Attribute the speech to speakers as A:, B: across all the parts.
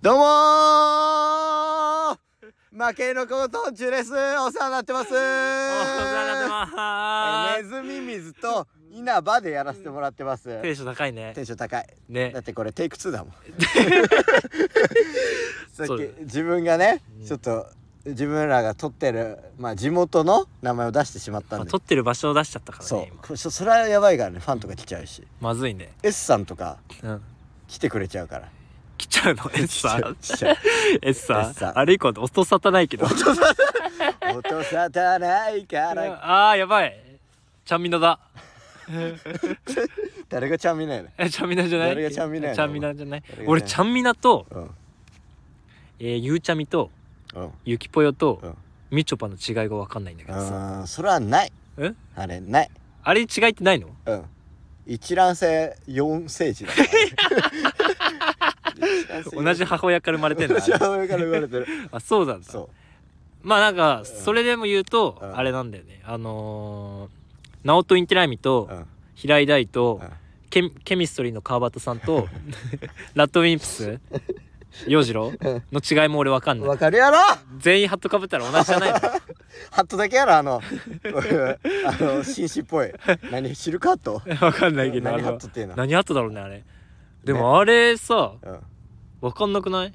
A: どうもー負けのコートン中ですお世話になってます
B: お世話になってま
A: えネズミ水と稲葉でやらせてもらってます
B: す。テンション高いね
A: テ。ンション高い
B: ね
A: だっ。てこれテイク2だも んさっ
B: そうだよ
A: き自分がねちょっと自分らが撮ってるまあ地元の名前を出してしまった
B: ま
A: ん
B: あ、
A: で、
B: 撮ってる場所を出しちゃったから
A: そ
B: ね。今
A: うそそれはやばいからねファンとか来ちゃうし
B: まずいね。
A: S さんとか
B: うん。
A: 来てくれちゃうから
B: 来ちゃうの。エッサー。
A: 来ちゃう
B: エッサ
A: S さ
B: ー。
A: ん
B: あれ以降、音沙汰ないけど。
A: 落とさたないから
B: ああ、やばい。ちゃんみなだ。
A: 誰がちゃん見ないの
B: え、ちゃんみなじゃない
A: 誰がちゃんみなやねん
B: ちゃんみなじゃない
A: 誰が
B: 俺、ちゃんみなと、
A: うん
B: えー、ゆうちゃみと、
A: うん
B: ゆきぽよと、
A: うん
B: みちょぱの違いがわかんないんだけどさ。
A: あーそれはない
B: え
A: あれない
B: あれ違いってないの
A: うん一卵性四世 児だから
B: 同じ母親から生まれ てんだ
A: 同じ。母親から生まれてる
B: あ、そうなんだ。
A: そ
B: まあなんかそれでも言うと
A: うん
B: あれなんだよねあのー、直人インティライミと
A: ううん
B: 平井大と
A: うん
B: ケミケミストリーの川端さん とラッドウィンプス洋次郎の違いも俺わかんない
A: わかるやろ
B: 全員ハットかぶったら同じじゃないの
A: ハットだけやろあの あの紳士っぽい何シルクハット
B: わかんないけどあ
A: 何
B: れ
A: ハッ
B: は
A: トっていうの
B: 何ハットだろうねあれでもあれさわかんなくない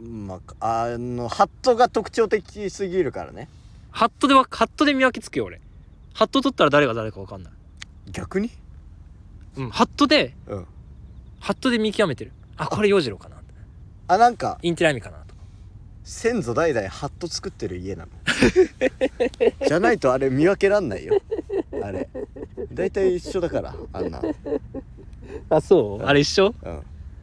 A: うんまああのハットが特徴的すぎるからね
B: ハットでわハットで見分けつくよ俺ハット取ったら誰が誰かわかんない
A: 逆に
B: うんハットで
A: うん
B: ハットで見極めてるあこれ洋次郎かな
A: あなんか
B: インティライミかなとか
A: 先祖代々ハット作ってる家なの じゃないとあれ見分けらんないよあれ大体一緒だからあんなう
B: あそうあれ一緒
A: ん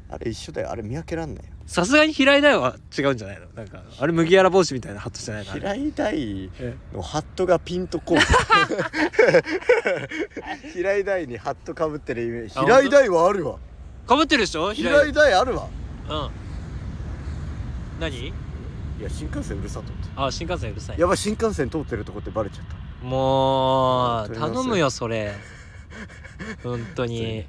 A: あれ一緒だよあれ見分けらんないよ
B: さすがに平井大は違うんじゃないのなんかあれ麦わら帽子みたいなハットじゃないのあれ
A: 平井大
B: え
A: のハットがピンと こう平井大にハットかぶってるイメージ
B: あ
A: 平井大はあるわ
B: かぶってるでしょ
A: 平
B: 井
A: 井大あるわ
B: うん何
A: いや新幹線うるさと思っ
B: あ新幹線うるさい
A: てやばい新幹線通ってるとこってバレちゃった
B: もう
A: 本当に
B: 頼むよそ れ本当に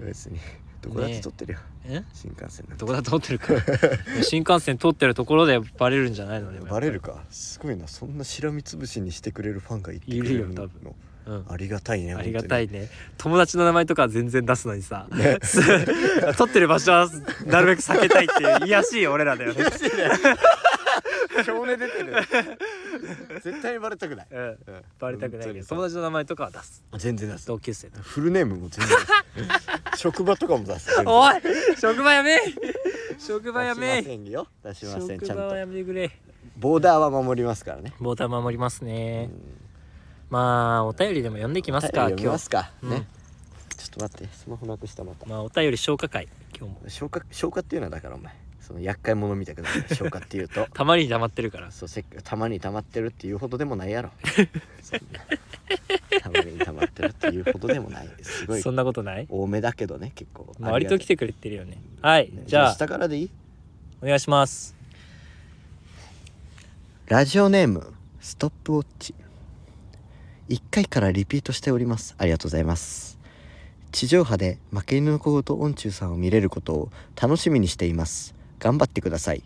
A: 別にどこだって通ってるよ、
B: え
A: 新幹線なんて
B: どこだと通って るから新幹線通ってるところでバレるんじゃないのでも
A: バレるかすごいなそんなしらみつぶしにしてくれるファンがいてくれ
B: いるよ
A: るの
B: 多うん
A: ありがたいね
B: ありがた
A: い
B: いね友達の名前とかは全然出すのにさ 撮ってる場所はなるべく避けたいっていう癒やしい俺らだ よね
A: 少年出て る絶対にバレたくない、
B: うん
A: うん
B: バレたくないけど友
A: 本
B: 達の名前とかは出す
A: 当に全然出す
B: 同級生と
A: フルネームも全然 出す職場とかも出す全然
B: おい職場やめ職場や
A: 出しま
B: め
A: せんよ出しません
B: 職
A: ちゃん
B: 場は
A: と
B: やめてくれ
A: ボーダーは守りますからね
B: ボーダー守りますね
A: うん
B: まあお便りでも読んでいきますか
A: はい読
B: 今
A: みま
B: 日
A: すか
B: うん
A: ねちょっと待ってスマホなくしたまた
B: まあお便り消化会今日も
A: 消化消化っていうのはだからお前その厄介者みたくなる消化っていうと
B: たまに黙ってるから
A: そうせっかたまに溜まってるっていうほどでもな いやろそんなたまに溜まってるっていうほどでもないすごい
B: そんなことない
A: 多めだけどね結構
B: 割と来
A: て
B: てくれてるよねはいじゃあ
A: 下からでいい
B: お願いします
A: ラジオネームストップウォッチ1回からリピートしておりますありがとうございます地上波で負け犬の小言と音中さんを見れることを楽しみにしています頑張ってください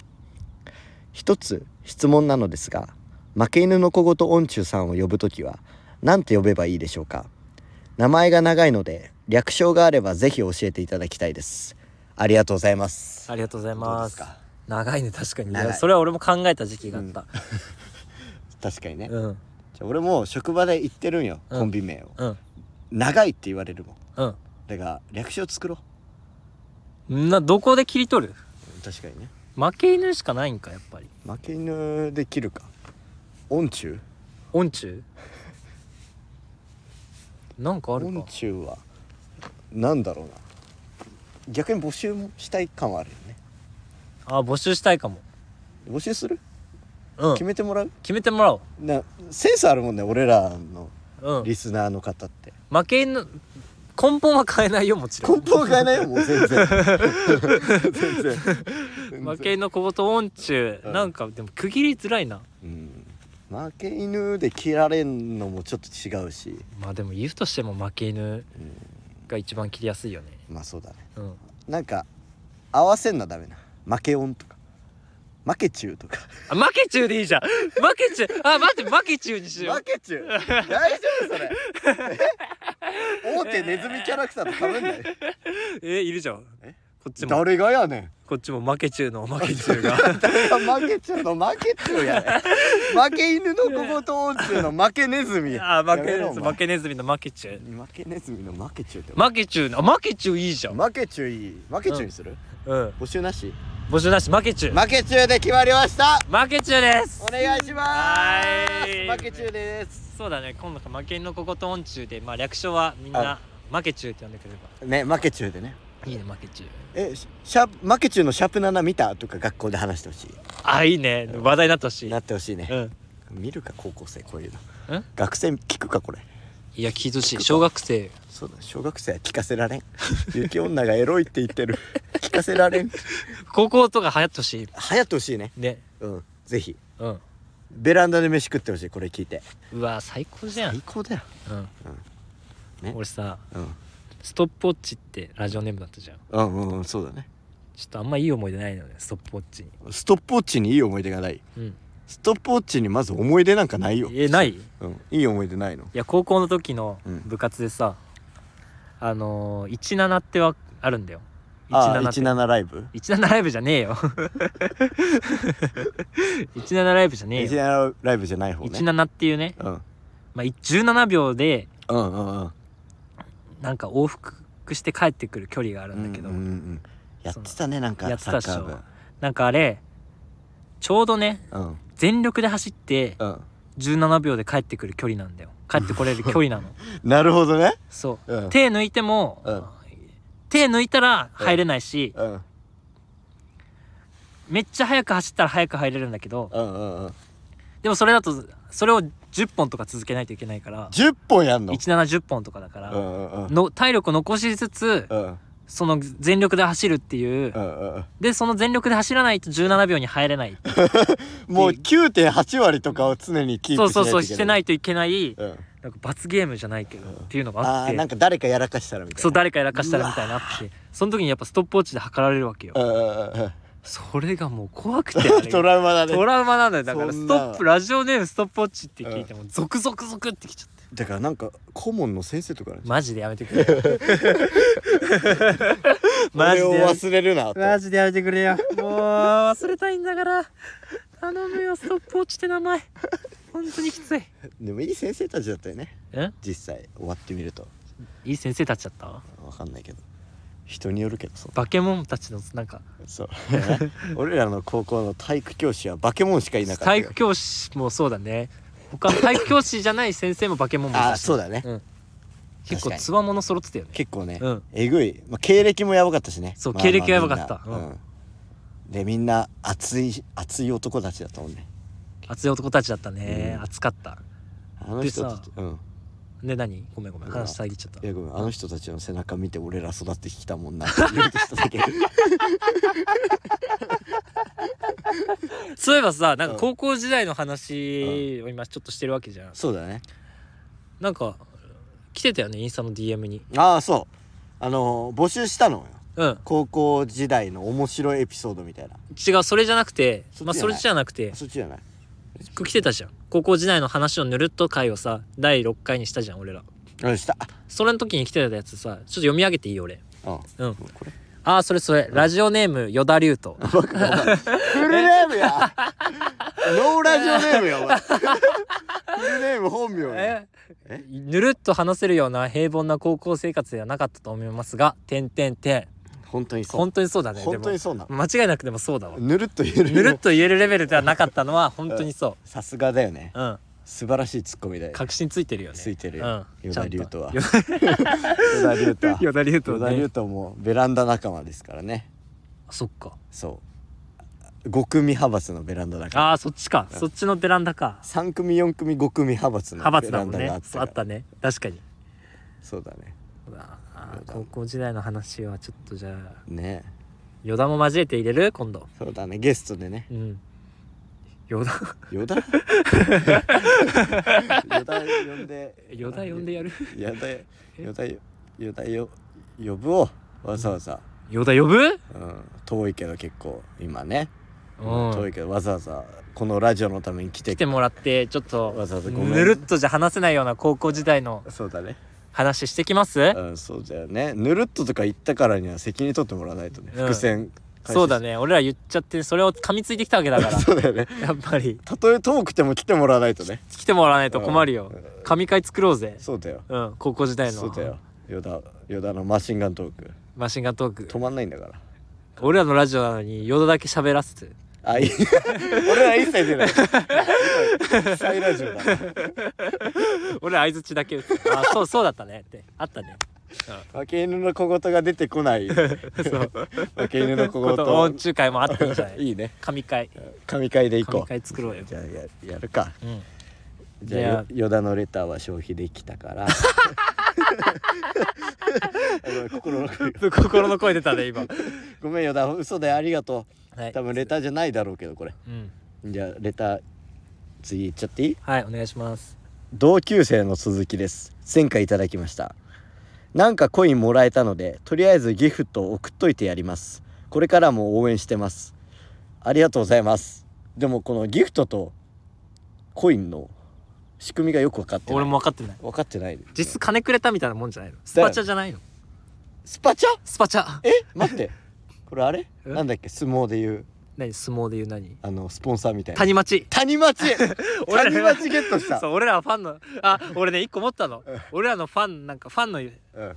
A: 一つ質問なのですが負け犬の小言と音中さんを呼ぶときは何て呼べばいいでしょうか名前が長いので略称があればぜひ教えていただきたいですありがとうございます
B: ありがとうござい
A: どう
B: ま
A: です
B: す
A: か
B: 長いね確かにいや
A: 長い
B: それは俺も考えた時期があった
A: 確かにね
B: うん
A: じゃあ俺も職場で言ってるんよ、
B: うん
A: コンビ名を
B: うん
A: 長いって言われるも
B: う
A: ん
B: ん
A: だから略称作ろ
B: などこで切り取る
A: う確かにね
B: 負け犬しかないんかやっぱり
A: 負け犬で切るか音中
B: 音中なんかある
A: 音
B: か
A: 中はなんだろうな逆に募集もしたい感はあるよね
B: あ募集したいかも
A: 募集する、
B: うん
A: 決めてもらう
B: 決めてもらおう
A: なセンスあるもんね俺らの
B: うん
A: リスナーの方って
B: 負け犬根本は変えないよもちろ
A: 根
B: ん
A: 本変えない よもう全然全然
B: 負け犬の小言音中
A: うん
B: なんかでも区切りづらいな
A: うん負け犬で切られんのもちょっと違うし、
B: まあでも言うとしても負け犬
A: うん
B: が一番切りやすいよね
A: まあそうだね
B: うん
A: なんか合わせんなダメな負け音とか負け中とか
B: あ負け中でいいじゃん負け中あ待って負け中にしよう
A: 負け中大丈夫それえ大手ネズミキャラクターとかぶんない
B: えいるじゃん
A: え
B: こっちも
A: 誰がやねん
B: こっちも負け中の負け中が
A: 誰が負け中の負け中やねん負け犬の小言音中の負けネズミ
B: あ負け
A: やめろお前
B: 負けネズミの負け中
A: 負けネズミの負け中って
B: 負け中の負け中いいじゃん
A: 負け中いい負け中にする、
B: うん
A: 募集なし
B: 募集なし負け中
A: 負け中で決まりました
B: 負け中です
A: お願いしま
B: は
A: す
B: ーい
A: 負け中です
B: そうだね今度か負けんのここと音中でまあ略称はみん
A: は
B: な負け中って呼んでくれれば
A: ね負け中でね
B: いいね負け中
A: えシャープ負け中のシャープ7見たとか学校で話してほし
B: あいいね話題になってほし
A: い
B: い
A: なってほしいね、
B: うん
A: 見るか高校生こういうの
B: ん
A: 学生聞くかこれ
B: いや聞いてほしい小学生
A: そうだ小学生は聞かせら れん雪女がエロいって言ってる聞かせられん流
B: 高校とか流行ってほしい
A: 行ってほしいね
B: ね
A: うんぜひ
B: うん
A: ベランダで飯食ってほしいこれ聞いて
B: うわ最高じゃん
A: 最高だよ
B: うん
A: ね
B: 俺さ
A: うん
B: ストップウォッチってラジオネームだったじゃんちょ
A: うんうんうんそうだね
B: っとあんまいい思い出ないのねストップウォッチに
A: ストップウォッチにいい思い出がない
B: うん
A: ストップウォッチにまず思い出なんかないよ
B: えないい
A: うんいい思い出ないの
B: や高校の時の
A: うん
B: 部活でさあのー17ってはあるんだよ
A: あー
B: 17って
A: 17ライブ
B: 17ライブじゃねえよ 17ライブじゃねえよ
A: 17ライブじゃない方ね
B: 17っていうね、
A: うん
B: まあ、17秒で
A: うんうんうん
B: なんか往復して帰ってくる距離があるんだけど、
A: うんうんうんやってたねなんか
B: やってたっしょ
A: サッカ
B: なんかあれちょうどね
A: ー部うん
B: 全力で走って
A: うん
B: 17秒で帰ってくる距離なんだよ帰ってこれる距離 なの
A: なるほどね
B: そううん手抜いても、
A: うん
B: 手抜いたら入れないし、
A: うん
B: めっちゃ速く走ったら速く入れるんだけど
A: うんうんうん
B: でもそれだとそれを10本とか続けないといけないから
A: 10本やんの
B: 1710本とかだから、
A: うんうんうん
B: の体力を残しつつ、
A: うん
B: その全力で走るっていう、
A: うんうんうん
B: でその全力で走らないと17秒に入れ ない
A: もう9.8割とかを常にキー
B: そう
A: プし
B: そうそう
A: ないと
B: し
A: いけ
B: て
A: な
B: ないいといけない
A: うん
B: なんか罰ゲームじゃないけど、
A: うん
B: っていうのがあ
A: あ
B: っ
A: ー
B: て
A: なんか誰かやらかしたらみたいな
B: そう誰かやらかしたらみたいなのあってその時にやっぱストップウォッチで測られるわけよ、
A: うんうんうん
B: それがもう怖くて
A: トラウマだ ね
B: トラウマなんだよだから
A: そ
B: ス
A: んな
B: トップラジオネームストップウォッチって聞いてもゾクゾクゾクってきちゃって
A: だからなんか顧問の先生とかね
B: マジでやめてくれよ マジで
A: 俺を
B: やめて
A: 忘れるなと
B: マジでやめてくれよもう忘れたいんだから頼むよストップウォッチって名前本当にきつい
A: でもいい先生たちだったよね
B: え
A: 実際終わってみると
B: いい先生たちだった
A: わかんないけど人によるけどそう
B: バケモンたちのなんか
A: そう 俺らの高校の体育教師はバケモンしかいなかった
B: 体
A: よ
B: 育教師もそうだね他の体育教師じゃない先生もバケモンもい
A: あ
B: た
A: あ
B: し
A: そうだね
B: 結
A: 確か
B: 構
A: に
B: つわもの揃ってたよね
A: 結構ね、
B: うん
A: えぐい、まあ、経歴もやばかったしね
B: そう
A: まあまあ
B: 経歴はやばかった
A: みんな
B: うん
A: うんでみんな熱い熱い男たちだったもんね
B: 熱い男たちだったね、
A: うん
B: 熱かった
A: あの人た
B: で
A: ち
B: さ
A: うん
B: で何ごめんごめん
A: うん
B: 話遮っちゃった
A: いやごめんあの人たちの背中見て俺ら育ってきたもんなって言おうとした だけ
B: そういえばさなん
A: う
B: か
A: ん
B: 高校時代の話を今ちょっとしてるわけじゃん、
A: そうだね
B: なんか来てたよねインスタの DM に
A: ああそうあのー募集したのよ
B: うん
A: 高校時代の面白いエピソードみたいな
B: 違うそれじゃなくて
A: そっちじゃない
B: まあそれじゃなくて
A: そっちじゃない
B: 来てたじゃん高校時代の話をぬるっと回をさ第6回にしたじゃん俺ら
A: うんした
B: それの時に来てたやつさちょっと読み上げていい俺
A: うん
B: うん
A: これ
B: ああそれそれラジオネームよだりゅう と
A: フルネームやノーラジオネームやお前フルネーム本名や
B: えぬるっと話せるような平凡な高校生活ではなかったと思いますが点点点
A: 本当にそう
B: 本当にそうだね
A: 本当にそうな
B: でも間違いなくでもそうだわ
A: のぬるっと言える
B: ぬるっと言えるレベルではなかったのは本当にそ
A: さすがだよね
B: ううん
A: 素晴らしいツッコミだよ
B: 確信ついてるよね
A: ついてる
B: うん
A: よ与田龍斗は
B: ちゃん
A: 与田龍斗は
B: とよだりゅうと
A: 与田
B: ね
A: 龍斗もベランダ仲間ですからね
B: そっか
A: そう5組派閥のベランダ仲間
B: ああそっちかそっちのベランダか
A: 3組4組5組派閥の
B: 派
A: ベ
B: 閥
A: ラ
B: だ
A: ン
B: もん
A: ダ
B: ね
A: があ
B: あ
A: っ
B: ったたね確かに
A: そうだね
B: うわあ
A: よだ
B: 高校時代の話はちょっとじゃあ
A: ね
B: 余談も交えて入れる今度
A: そうだねゲストでね
B: うん余 談
A: 与田与田呼んで
B: 余談呼んでやる
A: やだよ、よだよ、よだよ、呼ぶをわざわざ。
B: ヨダ呼ぶ
A: うん、遠いけど結構今ね、
B: うん
A: 遠いけどわざわざこのラジオのために来て
B: 来てもらってちょっと
A: わざわざごめん
B: ぬるっとじゃ話せないような高校時代の
A: そうだね
B: 話してきます
A: うんそうだよねぬるっととか言ったからには責任取ってもらわないとね
B: うん
A: 伏線回収し
B: そうだね俺ら言っちゃってそれを噛みついてきたわけだか ら
A: そうだよね
B: やっぱり
A: たとえ遠くても来てもらわないとね
B: 来てもらわないと困るよ
A: うん
B: 神回作ろうぜ
A: そうだよ
B: うん高校時代の
A: そうだよヨダヨダのマシンガントーク
B: マシンガントーク
A: 止まんないんだから
B: 俺らのラジオなのにヨダだけ喋らせて
A: あいい俺ら一切 出ないサイラジオだ
B: 俺ら相づちだけ 打つあそうそうだったねってあったね
A: 負け犬の小言が出てこない負
B: そう
A: け犬の
B: こ
A: 小
B: と音
A: 言
B: 中会もあったんじゃ ない
A: いいね
B: 神回
A: 神回でいこ
B: 神
A: う
B: 回作ろうよ
A: じゃあややるか
B: うん
A: じゃあよ
B: じ
A: ヨダのレターは消費できたから ごめん心の声が
B: 心の声出たね今
A: ごめんヨダ嘘だよありがと
B: は
A: う
B: い
A: 多分レターじゃないだろうけどこれ
B: うん
A: じゃあレター次いっちゃっていい
B: はいお願いします
A: 同級生の鈴木です前回いただきましたなんかコインもらえたのでとりあえずギフトを送っといてやりますこれからも応援してますありがとうございますでもこのギフトとコインの仕組みがよく分かってない
B: 俺も分かってない
A: 分かってない
B: 実質金くれたみたいなもんじゃないのスパチャじゃないの
A: スパチャ
B: スパチャ
A: え待ってこれあれ
B: え
A: なんだっけ相撲でいう
B: 何相撲で言う何
A: あのスポンサーみたいな
B: 谷町
A: 谷町
B: 俺ら
A: 谷町ゲットした
B: そう俺らはファンのあ俺ね一個持ったの
A: うん
B: 俺らのファンなんかファンの
A: うん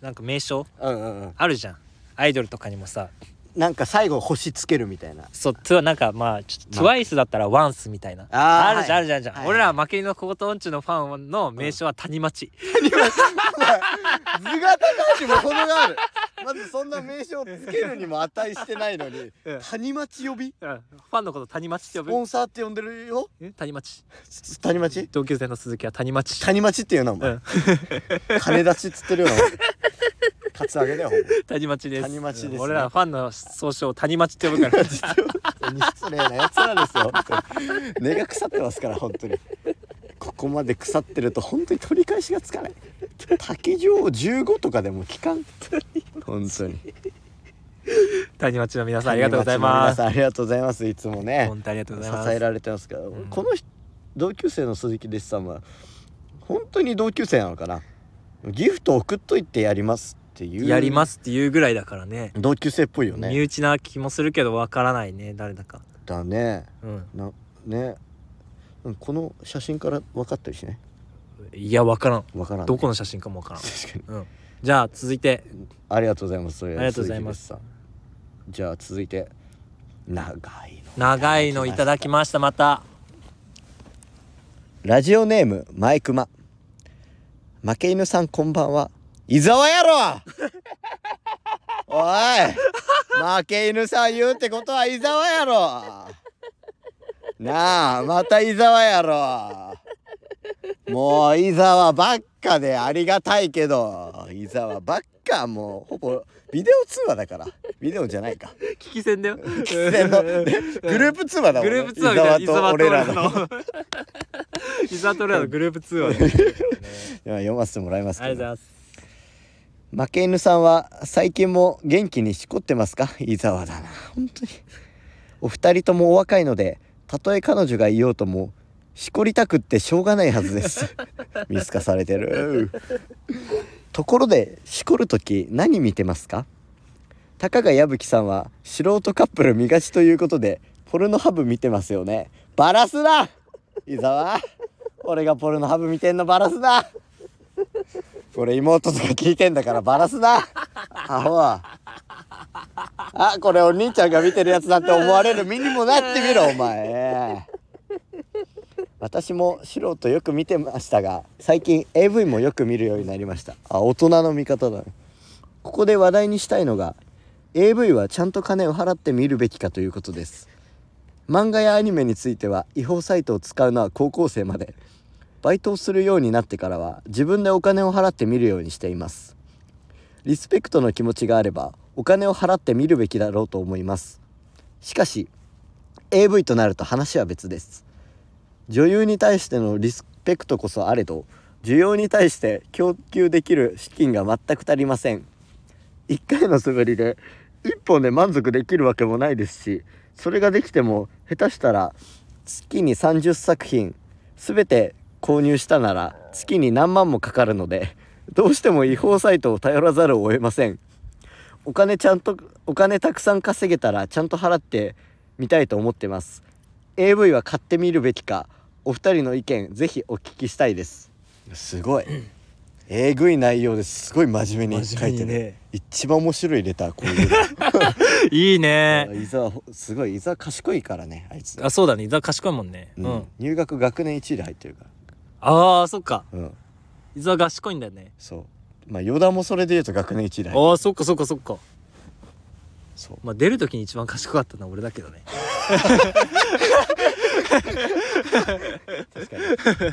B: なんか名称
A: うんうんうん
B: あるじゃんアイドルとかにもさ
A: なんか最後星つけるみたいな
B: そうつわなんかまあちょっと
A: まあ
B: TWICE だったら ONCE みたいな
A: あー
B: あるじゃんあ
A: は
B: る
A: い
B: じゃんあるじゃん、
A: はい
B: 俺ら負け犬の小言音痴のファンの名称は谷町、
A: 図が高橋も程があるまずそんな名称をつけるにも値してないのに
B: うん
A: 谷町呼び
B: うんファンのこと谷町って
A: ス
B: 呼
A: ポ
B: ぶ
A: ンサーって呼んでるよ
B: え谷町
A: す谷町
B: 同級生の鈴木は谷町
A: 谷町っていうのお前、
B: うん
A: 金出しっつってるようなもんカツアゲだよほん
B: 谷町です
A: 谷町ですね
B: うん俺らファンの総称を谷町って呼ぶから
A: まに失礼なやつらですよ本当に根が腐ってますから本当にここまで腐ってると本当に取り返しがつかない竹城15とかでも聞かん本当に
B: 谷町の皆さんありがとうございます
A: 谷町の皆さんありがとうございますいつもね
B: 本当にありがとうございます
A: 支えられてますから、
B: ん
A: この人同級生の鈴木弟子さんは本当に同級生なのかなギフト送っといてやりますっていう
B: やりますすっていうぐらいだからね
A: 同級生っぽいよ
B: 身
A: ね
B: 内な気もするけどわからないね誰だか
A: だね
B: うん
A: なねうんこの写真から分かったりしない
B: いやわからん
A: 分からん、
B: どこの写真かもわからん
A: 確かに
B: うんじゃあ続いて
A: ありがとうございますそれ
B: ありがとうございます
A: 鈴木弟子さんじゃあ続いて長いの
B: 長いのいただきましたまた
A: ラジオネームマイクマ負け犬さんこんばんは伊沢やろおい負け犬さん言うってことは伊沢やろなあまた伊沢やろもう伊沢ばっかでありがたいけど伊沢ばっかもうほぼビデオ通話だからビデオじゃな いか
B: 聞き戦だよ グル
A: 喫煙のねグループ通話だもんね
B: ープツアーみたいな伊
A: 伊
B: 沢
A: 沢
B: と
A: と
B: 俺
A: 俺
B: ら
A: ら
B: の
A: の
B: 伊沢と俺らのグループツ アーで
A: では読ませてもらいます
B: あ
A: け
B: りがとうご
A: ど
B: ざいます
A: 負け犬さんは最近も元気にしこってますか伊沢だな本当にお二人ともお若いのでたとえ彼女がいようともしこりたくってしょうがないはずです見透かされてるところでしこる時何見てますかたかが矢吹さんは素人カップル見がちということでポルノハブ見てますよねバラすな伊沢俺がポルノハブ見てんのバラすなこれ妹とか聞いてんだからバラすなアホはあこれお兄ちゃんが見てるやつだって思われる身にもなってみろお前私も素人よく見てましたが最近 AV もよく見るようになりましたあ大人の見方だねここで話題にしたいのが AV はちゃんと金を払って見るべきかということです漫画やアニメについては違法サイトを使うのは高校生までバイトをするようになってからは自分でお金を払って見るようにしていますリスペクトの気持ちがあればお金を払って見るべきだろうと思いますしかし AV となると話は別です女優に対してのリスペクトこそあれど需要に対して供給できる資金が全く足りません一回の素振りで一本で満足できるわけもないですしそれができても下手したら月に30作品全て購入したなら月に何万もかかるのでどうしても違法サイトを頼らざるを得ませんお金ちゃんとお金たくさん稼げたらちゃんと払ってみたいと思ってます AV は買ってみるべきかお二人の意見ぜひお聞きしたいですすごいえぐい内容ですごい真面目に書い
B: 真
A: て
B: 面目
A: る、
B: にね
A: 一番面白いレターこういうの
B: いい ね
A: 伊沢すごい伊沢賢いからねあいつ、
B: あそうだね伊沢賢いもんね
A: う
B: うんん、
A: 入学学年1位で入ってるか
B: ああそっから
A: うん
B: 伊沢賢いんだよね
A: そうまあ余談もそれで言うと学年1位で入ってる
B: ああそっかそっかそっか
A: そう
B: まあ出る時に一番賢かったのは俺だけどね
A: 確かに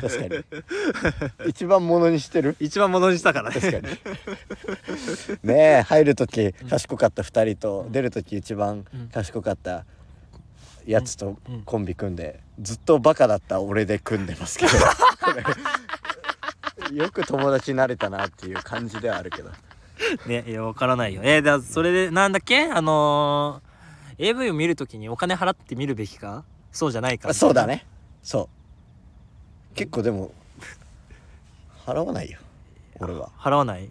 A: 確かに一番ものにしてる
B: 一番物にしたからね
A: 確かにねえ入る時賢かった2人と、出る時一番賢かったやつと
B: うんうん
A: コンビ組んで、ずっとバカだった俺で組んでますけどこれ よく友達になれたなっていう感じではあるけど
B: ねいやわからないよえー、だそれでなんだっけあのー、AV を見るときにお金払って見るべきかそうじゃないか
A: あそうだねそう結構でも払わないよ俺は
B: 払わないい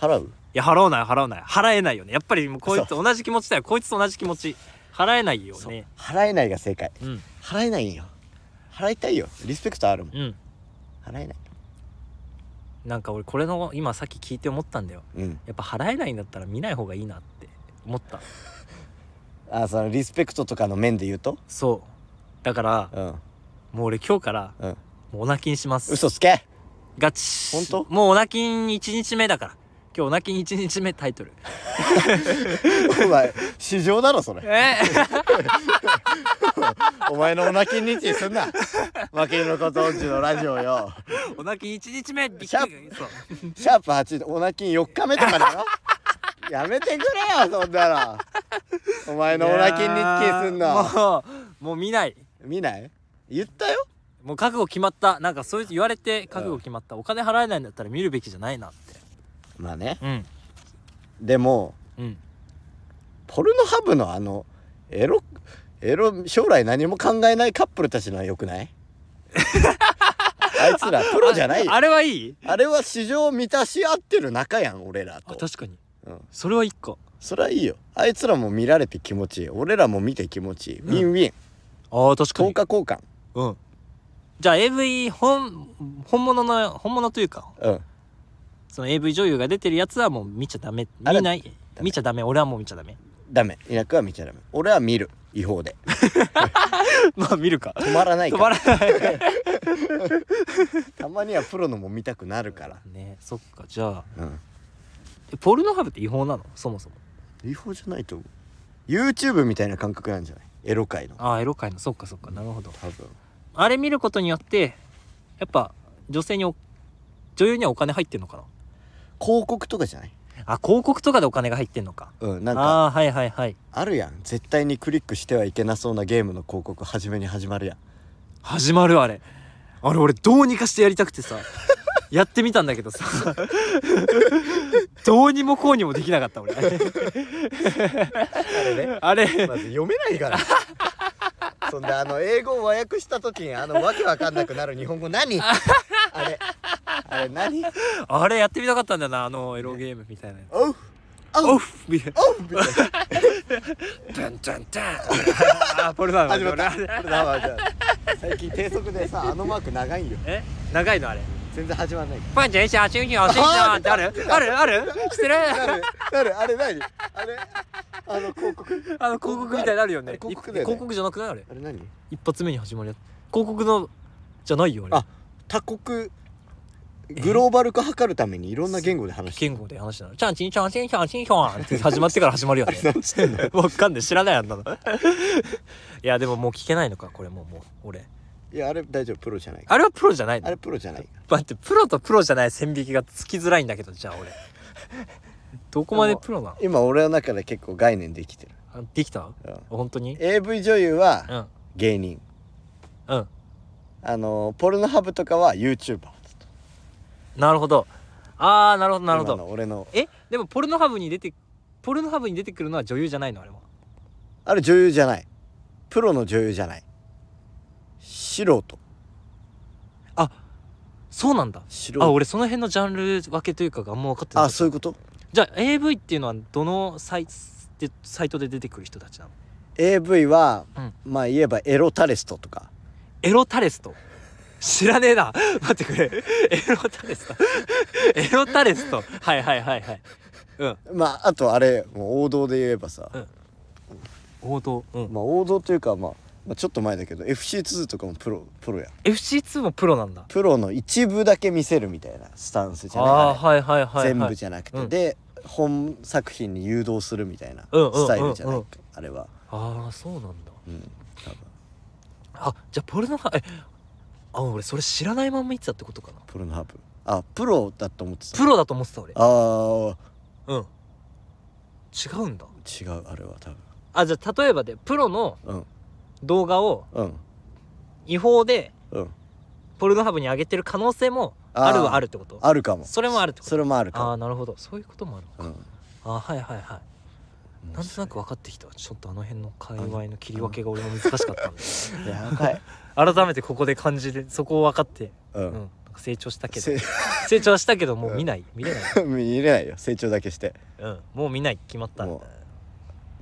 A: 払う
B: や払わない払わない払えないよねやっぱりもうこいつと同じ気持ちだよこいつと同じ気持ち払えないよ
A: そう
B: ね
A: 払えないが正解
B: うん
A: 払えないんよ払いたいよリスペクトあるもん
B: うん
A: 払えない
B: なんか俺これの今さっき聞いて思ったんだよ
A: うん
B: やっぱ払えないんだったら見ない方がいいなって思った
A: あそのリスペクトとかの面で言うと
B: そうだから
A: うん
B: もう俺今日から
A: うん
B: もうオナキンします
A: 嘘つけ
B: ガチ
A: ほんと
B: もうオナキン1日目だから今日オナキン1日目タイトル
A: お前市場だろそれ
B: え
A: お前のおなきにちすん な負け犬のことんちのラジオよ
B: おなき一日目びっ
A: シャ
B: くり
A: ー
B: そう
A: シャープ8おなきん4日目とかだよやめてくれよそんなのお前のおなきにちすん
B: いや
A: な
B: ーもうもう見ない
A: 見ない言ったよ
B: もう覚悟決まったなんかそういう言われて覚悟決まった、お金払えないんだったら見るべきじゃないなって
A: まあね
B: うん
A: でも
B: うん
A: ポルノハブのあのエロエロ将来何も考えないカップルたちのは良く ないあいつらプロじゃないよ
B: あれはいい
A: あれは市場を満たし合ってる仲やん俺ら
B: あ
A: と、
B: 確かに
A: うん、
B: それは一個
A: そりゃいいよあいつらも見られて気持ちいい俺らも見て気持ちいいウィンウィン
B: あー確か
A: 等
B: に
A: 価交換
B: うんじゃあ AV 本本物の本物というか
A: うん
B: その AV 女優が出てるやつはもう見ちゃダメ
A: あれ
B: 見ない
A: メ
B: 見ちゃダメ俺はもう見ちゃダメ
A: ダメいなくは見ちゃダメ俺は見る違法で
B: まあ見るか
A: 止まらない
B: 止
A: か
B: ま
A: ら
B: らない
A: たまにはプロのも見たくなるから
B: ねそっかじゃあ
A: うん
B: えポルノハブって違法なのそもそも
A: 違法じゃないと思う YouTube みたいな感覚なんじゃないエロ界の
B: ああエロ界のそっかそっかなるほど
A: 多分
B: あれ見ることによってやっぱ女性にお女優にはお金入ってんのかな
A: 広告とかじゃない
B: あ広告とかでお金が入ってんのか
A: うんなんか
B: ああーはいはいはい
A: あるやん絶対にクリックしてはいけなそうなゲームの広告初めに始まるやん
B: 始まるあれあれ俺どうにかしてやりたくてさ やってみたんだけどさどうにもこうにもできなかった 俺
A: あれね
B: あれ
A: まず読めないから そんであの英語を和訳した時にあのわけわかんなくなる日本語何あれあれ何
B: あれやってみたかったんだよなあのエロゲームみたいなやつ
A: オフ
B: オフみたいな
A: オフみたいな
B: ダンダンダン あーポルノハ
A: 始
B: ブ
A: まったこれだわじゃあ最近低速でさあのマーク長いんよ
B: え長いのあれ
A: 全然始まんない
B: パンチェシャチュンヒョシンさんってあるあるあるしてる
A: なるなるあれ何あれあの広告
B: あの広告みたいになるよね
A: あれ広告だよね
B: 広告じゃなくないあれ
A: あれ何
B: 一発目に始まるやつ広告のじゃないよあれ
A: あ他国グローバル化図るためにいろんな言語で話して
B: 言語で話してないチャンチンチャンチンチャンチンヒョンって始まってから始まるよね
A: る何してんの
B: わかんない知らないあんなのいやでももう聞けないのかこれもうもう俺
A: いやあれ大丈夫プロじゃないから
B: あれはプロじゃないの
A: あれプロじゃない
B: 待ってプロとプロじゃない線引きがつきづらいんだけどじゃあ俺どこまでプロなの
A: 今俺の中で結構概念できてる、
B: あできた
A: うん、
B: 本当に
A: AV 女優
B: う
A: は
B: ん
A: 芸人
B: うん
A: あのポルノハブとかは YouTuber
B: なるほどああなるほどなるほど
A: 今の俺の
B: えでもポルノハブに出てポルノハブに出てくるのは女優じゃないのあれは
A: あれ女優じゃないプロの女優じゃない素人
B: そうなんだ
A: 素人
B: あ俺その辺のジャンル分けというかがあんま分かってない
A: あそういうこと
B: じゃあ AV っていうのはどのサイでサイトで出てくる人たちなの
A: AV は、
B: うん
A: まあ言えばエロタレストとか
B: エロタレスト知らねえな 待ってくれエロタレスト エロタレストはいはいはいはいうん
A: まああとあれもう王道で言えばさ、
B: 王道、うん、
A: まあ王道というか、まあ、まあちょっと前だけど FC2 とかもプロプロや
B: FC2 もプロなんだ
A: プロの一部だけ見せるみたいなスタンスじゃない
B: あ
A: あ
B: あは
A: れ
B: いはいはい、はい、
A: 全部じゃなくて、
B: うん
A: で本作品に誘導するみたいな
B: うんうんうんうん
A: スタイルじゃないか、あれは、
B: ああそうなんだ
A: うん、多分
B: あじゃあポルノハえあ俺それ知らないまんま言ってたってことかな
A: プロのハブあプロだと思ってた
B: プロだと思ってた俺
A: ああ
B: うん違うんだ
A: 違うあれは多分
B: あじゃあ例えばでプロの
A: うん
B: 動画を
A: うん
B: 違法で
A: うん
B: ポルノハブに上げてる可能性もあるはあるってこと
A: あるかも
B: それもあるってこと
A: それもある
B: ああ
A: か
B: ーなるほどそういうこともあるの
A: も、うん、
B: あーはいはいはいなんとなく分かってきたちょっとあの辺の界隈の切り分けが俺も難しかったんで
A: やばい、
B: 改めてここで感じでそこを分かって、う
A: う
B: ん
A: ん、
B: なんか成長したけど
A: せ
B: 成長したけども
A: う
B: うん見ない見れない、
A: 見れないよ成長だけして
B: うん、もう見ない決まった
A: も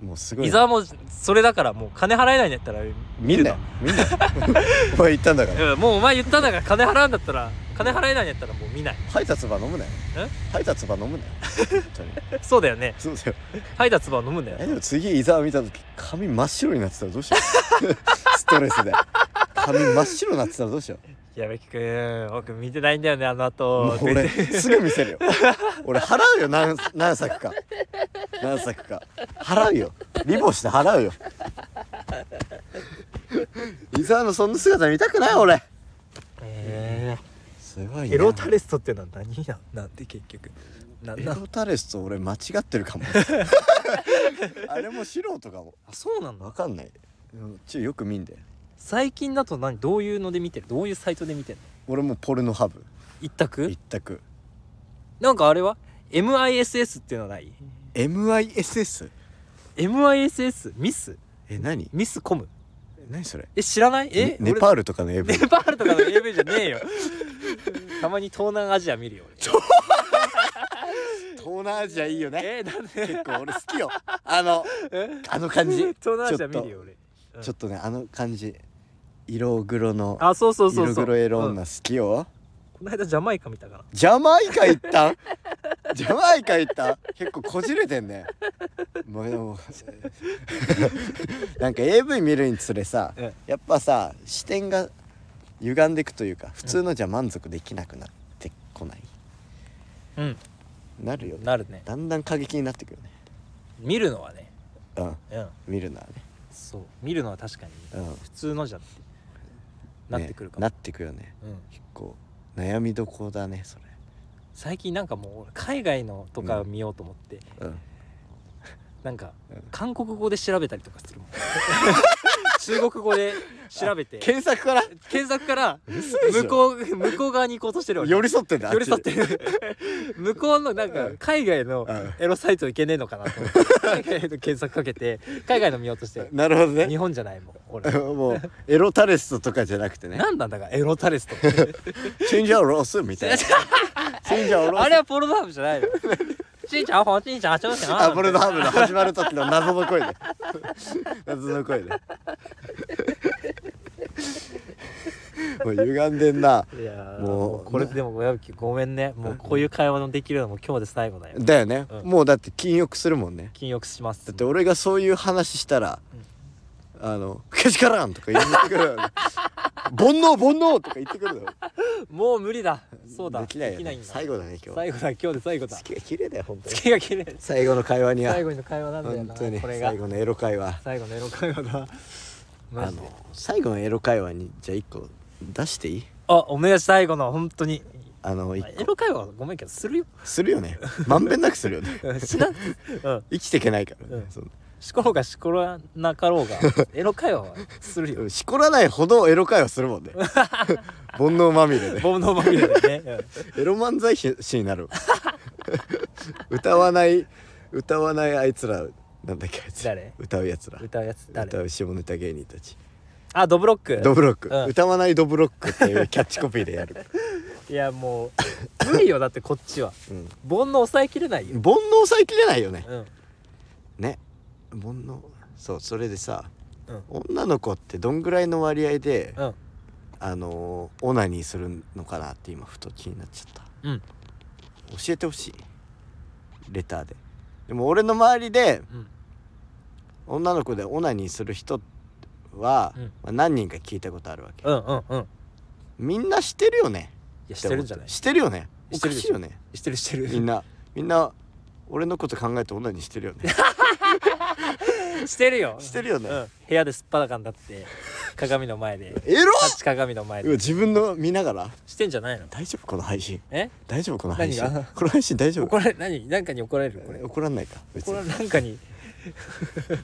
A: もうすごい
B: 伊沢もそれだからもう金払えないんだったら
A: 見んなよ見んなよ お前言ったんだから
B: うんもうお前言ったんだから金払うんだったら金払えないんだったらもう見ない
A: 配達場飲むなよ配達場飲むなよ本当に
B: そうだよね
A: そうだよ
B: はいだつば飲むんだ
A: え
B: よ
A: でも次伊沢見た時髪真っ白になってたらどうしよ うストレスで髪真っ白になってたらどうしよう
B: いやべきくん僕見てないんだよねあの後
A: もう俺すぐ見せるよ 俺払うよ何何作か何作か払うよリボして払うよ伊沢のそんな姿見たくない俺
B: え
A: すご
B: ー
A: いね
B: エロタレストってのは何やなんで結局な
A: エ
B: な
A: ロタレスと俺間違ってる かもあれも素人かも
B: あそうなん
A: わ
B: だ
A: かんないうんちょよく見んで
B: 最近だと何どういうので見てるどういうサイトで見てるの
A: 俺もポルノハブ
B: 一択
A: 一択
B: なんかあれは MISS っていうのはない
A: MISS
B: MISS ミス
A: え何
B: ミスコム
A: 何それ
B: え知らないえ
A: ねネパー
B: ル
A: ルとかの AV
B: ネパールとかの AV じゃねえよたまに東南アジア見るよ俺
A: 東南アジアいいよね
B: えなんで
A: 結構俺好きよあの
B: え
A: あの感じ
B: 東南ア
A: ち
B: ジ
A: ょ
B: ア
A: っと
B: 見るよ俺うん
A: ちょっとねあの感じ色黒の
B: あそうそうそうそう
A: 色黒エロ
B: うん
A: 女好きよ、
B: この間ジャマイカ見たかな
A: ジャマイカ行ったんジャマイカ行ったん結構こじれてんねもう でもなんか AV 見るにつれさ、
B: うん
A: やっぱさ視点が歪んでくというか普通のじゃ満足できなくなってこない、
B: うん
A: なるよね
B: なるね
A: だんだん過激になってくるね
B: 見るのはね
A: うん
B: うん
A: 見るのはね
B: そう見るのは確かに
A: うんね
B: 普通のじゃってなってくるかも、
A: なってくよね
B: うん、
A: 結構悩みどころだねそれ
B: 最近なんかもう俺海外のとか見ようと思って、
A: うん
B: なんか
A: うん
B: 韓国語で調べたりとかするもん 中国語で調べて
A: 検索から
B: 検索から
A: 嘘でしょ
B: 向こう向こう側に行こうとしてるわけ
A: 寄り添ってんだあ
B: 寄り添っててる 向こうのなんか
A: うん
B: 海外の
A: うん
B: エロサイト行けねえのかなと思って海外の検索かけ て海外の見ようとして
A: なるほどね
B: 日本じゃないもん俺
A: もうエロタレストとかじゃなくてね
B: なんなんだかエロタ レストって
A: チンジャオロースみたいなチンジャオロー ス
B: あれはポルノハブじゃないのちんちゃんほんちんちゃんちょんちゃん
A: アポルノハブの始まる時の謎の声で 謎 の声でもう歪んでんない
B: やー
A: もう
B: もうこれでも親きごめんねもうこういう会話のできるのも今日で最後だよ
A: だよね、
B: うん
A: もうだって禁欲するもんね
B: 禁欲します
A: だって俺がそういう話したら「あのけしからん!」とか言ってくる よね煩悩煩悩!」とか言ってくるの
B: もう無理だそうだ
A: できないよ、ね、
B: んだ
A: 最後だね今日
B: 最後だ今日で最後だ
A: 月が綺麗だよ本当に
B: 月が綺麗
A: 最後の会話には
B: 最後の会話なんだよ
A: 本
B: な
A: 当に
B: これが
A: 最後のエロ会話
B: 最後のエロ会話だ マ
A: あ
B: ジで
A: の最後のエロ会話にじゃあ一個出していい
B: あおめで最後の本当に
A: あの一
B: まあエ
A: 個
B: ロ会話はごめんけどす るよ
A: するよねまんべんなくする よね
B: しなうん
A: 生きていけないからね
B: うん
A: その
B: しころうがしこらなかろう がエロ会話はするよ
A: しこらないほどエロ会話す るもんね煩悩まみれで
B: ボムのまみ れでねうん
A: エロ漫才師になる歌わない歌わないあいつらなんだっけあいつら
B: 誰
A: 歌うやつら
B: 歌うやつ誰
A: 歌う下ネタ芸人たち
B: あドブロック
A: ドブロック、
B: うん
A: 歌わないドブロックっていうキャッチコピーでやる、
B: いやもう無理よだってこっちは
A: うん、
B: 煩悩抑えきれないよ、
A: 煩悩抑えきれないよね
B: うん、
A: ね煩悩そうそれでさ、
B: うん
A: 女の子ってどんぐらいの割合で、
B: うん
A: あのーオナニーするのかなって今ふと気になっちゃった
B: うん
A: 教えてほしいレターででも俺の周りで
B: うん
A: 女の子でオナニーする人は、
B: うん
A: まあ、何人か聞いたことあるわけ、
B: うんうんうんい
A: みんなしてるよね
B: やしてるんじゃない
A: してるよねお
B: して
A: か
B: るで
A: し
B: し
A: い
B: ょ
A: よね
B: してるしてる
A: みんなみんな俺のこと考えてオナニーしてるよね
B: してるよ
A: してるよね
B: うん、部屋ですっぱだかになって鏡の前 で
A: エロ
B: 立ち鏡の前
A: うわ
B: で
A: 自分の見ながら
B: してんじゃないの
A: 大丈夫この配信
B: え
A: 大丈夫この配信
B: 何が
A: この配信大丈 夫
B: 怒られ何何かに怒られるこれ
A: 怒らんないか別
B: 怒
A: に
B: られなんかに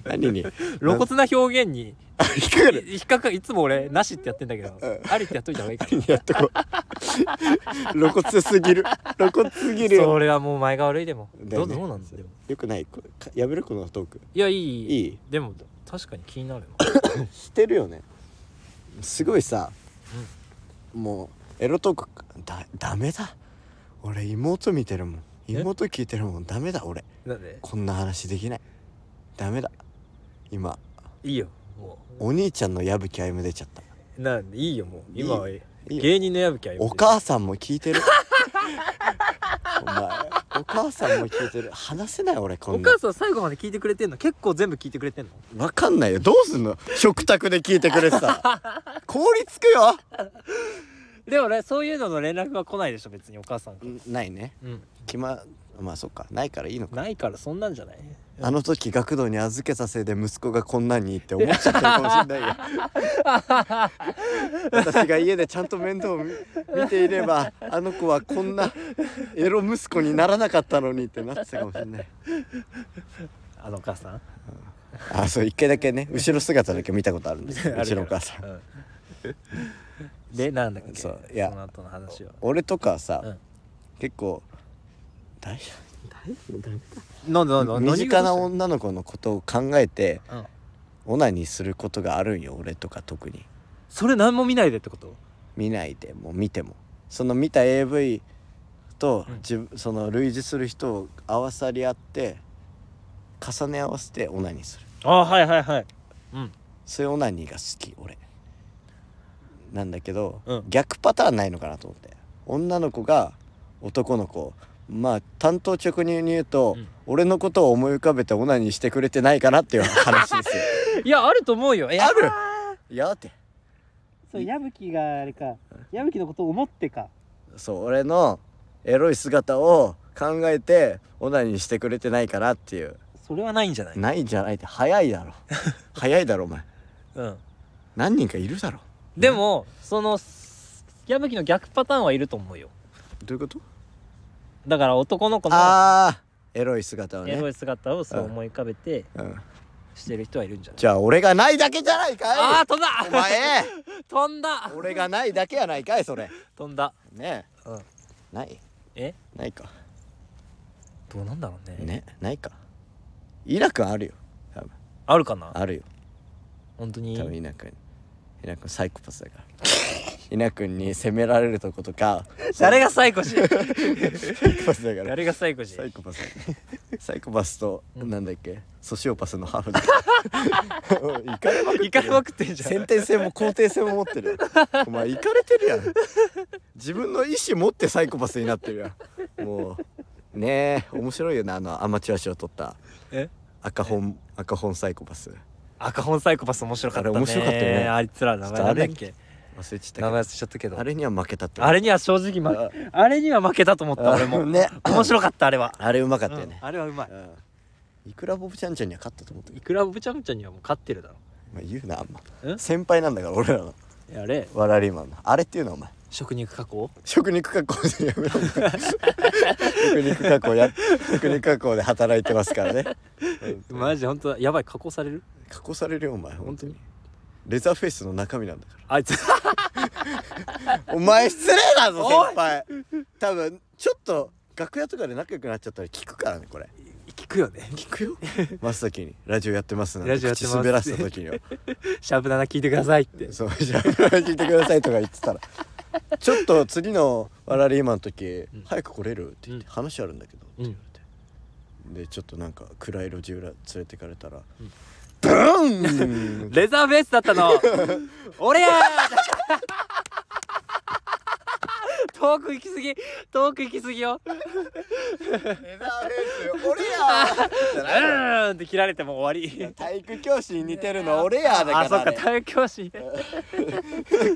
A: 何に
B: 露骨な表現に
A: あ引っかかる
B: いっかかいつも俺なしってやってんだけど
A: うん
B: ありってやっといた方が いいか
A: 何やっとこう露骨すぎる露骨すぎる
B: ら
A: よ
B: それはもう前が悪いでも
A: だよ
B: ど
A: ね
B: どうなんですよ
A: よくないこれかやめるこのトーク
B: いやいい
A: いい
B: でも確かに気になる
A: してるよねすごいさ、もうエロトークだダメだ俺妹見てるもん
B: え
A: 妹聞いてるもんダメだ俺
B: ななんで
A: こんな話できないダメだ今
B: いいよも
A: お兄ちゃんの矢吹あゆむ出ちゃった
B: うなんでいいよもう今はいい
A: い
B: い
A: いいよ
B: 芸人の矢吹は
A: お母さんも聞いてる お前お母さんも聞いてる話せない俺こ
B: お
A: んな
B: 母さん最後まで聞いてくれてんの結構全部聞いてくれてんの
A: わかんないよどうすんの食卓で聞いてくれてた 凍りつくよ
B: でもねそういうのの連絡は来ないでしょ別にお母さんから
A: んないね
B: うん
A: 決ままあそっかないからいいのか
B: ないからそんなんじゃない
A: あの時学童に預けたせいで息子がこんなにって思っちゃってるかもしれないよ 私が家でちゃんと面倒を見見ていればあの子はこんなエロ息子にならなかったのにってなってたかもしれない
B: あのお母さん
A: あそう一回だけね後ろ姿だけ見たことあるんですよ うちのお母さん
B: ん、うんでなんだっけ
A: そ
B: そう
A: いや
B: の後の話は
A: 俺とかはさ、
B: うん
A: 結構大
B: なんでなんで何
A: 身近な
B: どうし
A: 女の子のことを考えて
B: たのうん
A: オナニーすることがあるんよ俺とか特に
B: それ何も見ないでってこと
A: 見ないでも見てもその見た AV と、
B: うん
A: 自分その類似する人を合わさり合って重ね合わせてオナニーする
B: ああはいはいはいうん
A: そういうオナニーが好き俺なんだけど、
B: うん
A: 逆パターンないのかなと思って女の子が男の子まあ担当直入に言うと、
B: うん
A: 俺のことを思い浮かべてオナニーしてくれてないかなっていう話ですよ
B: い やあると思うよえ
A: ある
B: あー
A: いやだって
B: そう矢吹があれか矢吹のことを思ってか
A: そう俺のエロい姿を考えてオナニーしてくれてないかなっていう
B: それはないんじゃない
A: ないんじゃないって早い だろ早いだろお前
B: うん
A: 何人かいるだろ
B: でもその矢吹の逆パターンはいると思うよ
A: どういうこと
B: だから男の子の
A: ああエロい姿をね
B: エロい姿をそう思い浮かべて
A: うん、
B: してる人はいるんじゃない
A: じゃあ俺がないだけじゃないか
B: あ
A: い
B: ー飛んだ
A: お前
B: 飛んだ
A: 俺がないだけやないかいそれ
B: 飛んだ
A: ね
B: うん
A: えない
B: え
A: ないか
B: どうなんだろうね
A: ねないかイラくんあるよ多分
B: あるかな
A: あるよ
B: 本当
A: 多分
B: に
A: イナくんイナくんサイコパスだからイナくんに責められるとことか
B: 誰がサイコシ
A: サイコパスだから
B: 誰がサイコシ
A: サイコパスサイコパスと
B: うん
A: なんだっけソシオパスのハーフだ おいイカれまくっ
B: 行
A: て
B: か
A: る
B: れ
A: よ
B: まくってんじゃん
A: 先天性も後天性も持ってるよお前イカれてるやん自分の意思持ってサイコパスになってるやんもうねえ面白いよなあのアマチュア賞取った
B: え
A: 赤本赤本サイコパス
B: 赤本サイコパス面白かったね
A: あれ面白かったよね
B: あいつら名前なんだっけ
A: 忘れちゃったけ
B: 名
A: ど
B: 前忘れちゃったけど
A: あれには負けたって
B: あれには正直、ま、あれには負けたと思った俺も
A: ね
B: 面白かったあれは
A: あれうまかったよ
B: う
A: ね
B: ん、あれはうまい
A: うんいくらボブちゃんちゃんには勝ったと思って
B: いくらぶちゃぶちゃにはもう勝ってるだろ
A: まあ、言うなあんま
B: え
A: 先輩なんだから俺らの
B: いやあれ
A: ワラリーマンのあれっていうのはお前
B: 食肉加工
A: 食肉加工でやめろお前食肉加工や食肉加工で働いてますからね
B: マジ本当だやばい加工される
A: 加工されるよお前本
B: 本
A: 当
B: 当
A: に
B: に
A: レザーフェイスの中身なんだか
B: あいつ
A: らお前失礼だぞ
B: おい
A: 先輩多分ちょっと楽屋とかで仲良くなっちゃったら聞くからねこれ
B: 聞くよ ね
A: 聞くよ真っ先にラジオやってますなん
B: ラ
A: て
B: ジオやって
A: 口
B: ます
A: 滑らした時には
B: シャープ7聞いてくださいって
A: そうじゃあ聞いてくださいとか言ってたらちょっと次のワラリーマンの時、
B: ん
A: 早く来れるって言って、
B: うん
A: 話あるんだけどっ
B: う
A: て
B: ん
A: 言われてでちょっとなんか暗い路地裏連れてかれたら、
B: ん
A: ブ ーン
B: レザーベースだ ったの俺やー遠く行き過ぎ遠く行き過ぎよ
A: レザーベース俺や
B: うーんって切られてもう終わり
A: 体育教師に似てるの俺やだから
B: あそっ
A: あ
B: か
A: れ
B: 体育教師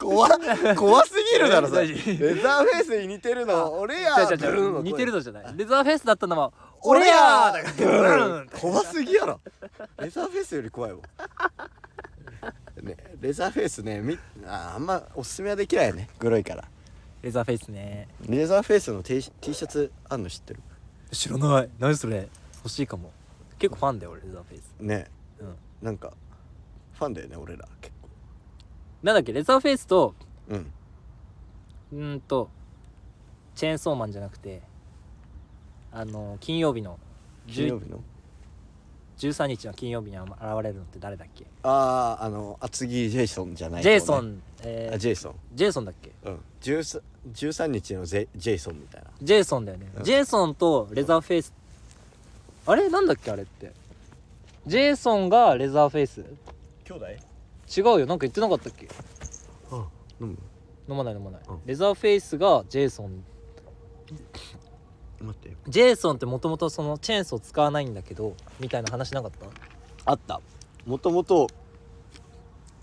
A: 怖怖すぎるだろそれ
B: マ
A: レザ
B: ジ
A: ーベースに似てるの俺や
B: じゃじゃ似てるのじゃないレザーフェイスだったのも
A: 俺
B: 俺や
A: や
B: ー
A: 怖すぎやろレザーフェイスより怖いわね、レザーフェイスねみああんまおすすめはできないねグロいから
B: レザーフェイスね
A: レザーフェイスの T, T シャツあんの知ってる
B: 知らない何それ欲しいかも結構ファンだよ俺レザーフェイス
A: ね
B: うん
A: なんかファンだよね俺ら結構
B: なんだっけレザーフェイスと
A: うん
B: うーんとチェーンソーマンじゃなくてあの金曜日の
A: 金曜日の
B: 13日の金曜日にあ現れるのって誰だっけ、
A: あああの厚木ジェイソンじゃない
B: ジェ
A: 方ね、
B: イソン、えー
A: あジェイソン
B: ジェイソンだっけ
A: うん13 13日のゼジェイソンみたいな
B: ジェイソンだよね、
A: うん
B: ジェイソンとレザーフェイスあれなんだっけあれってジェイソンがレザーフェイス
A: 兄弟
B: 違うよなんか言ってなかったっけ
A: あ飲む
B: 飲まない飲まない、
A: うん
B: レザーフェイスがジェイソン
A: 待って
B: ジェイソンってもともとそのチェーンソー使わないんだけどみたいな話なかった
A: あったもともと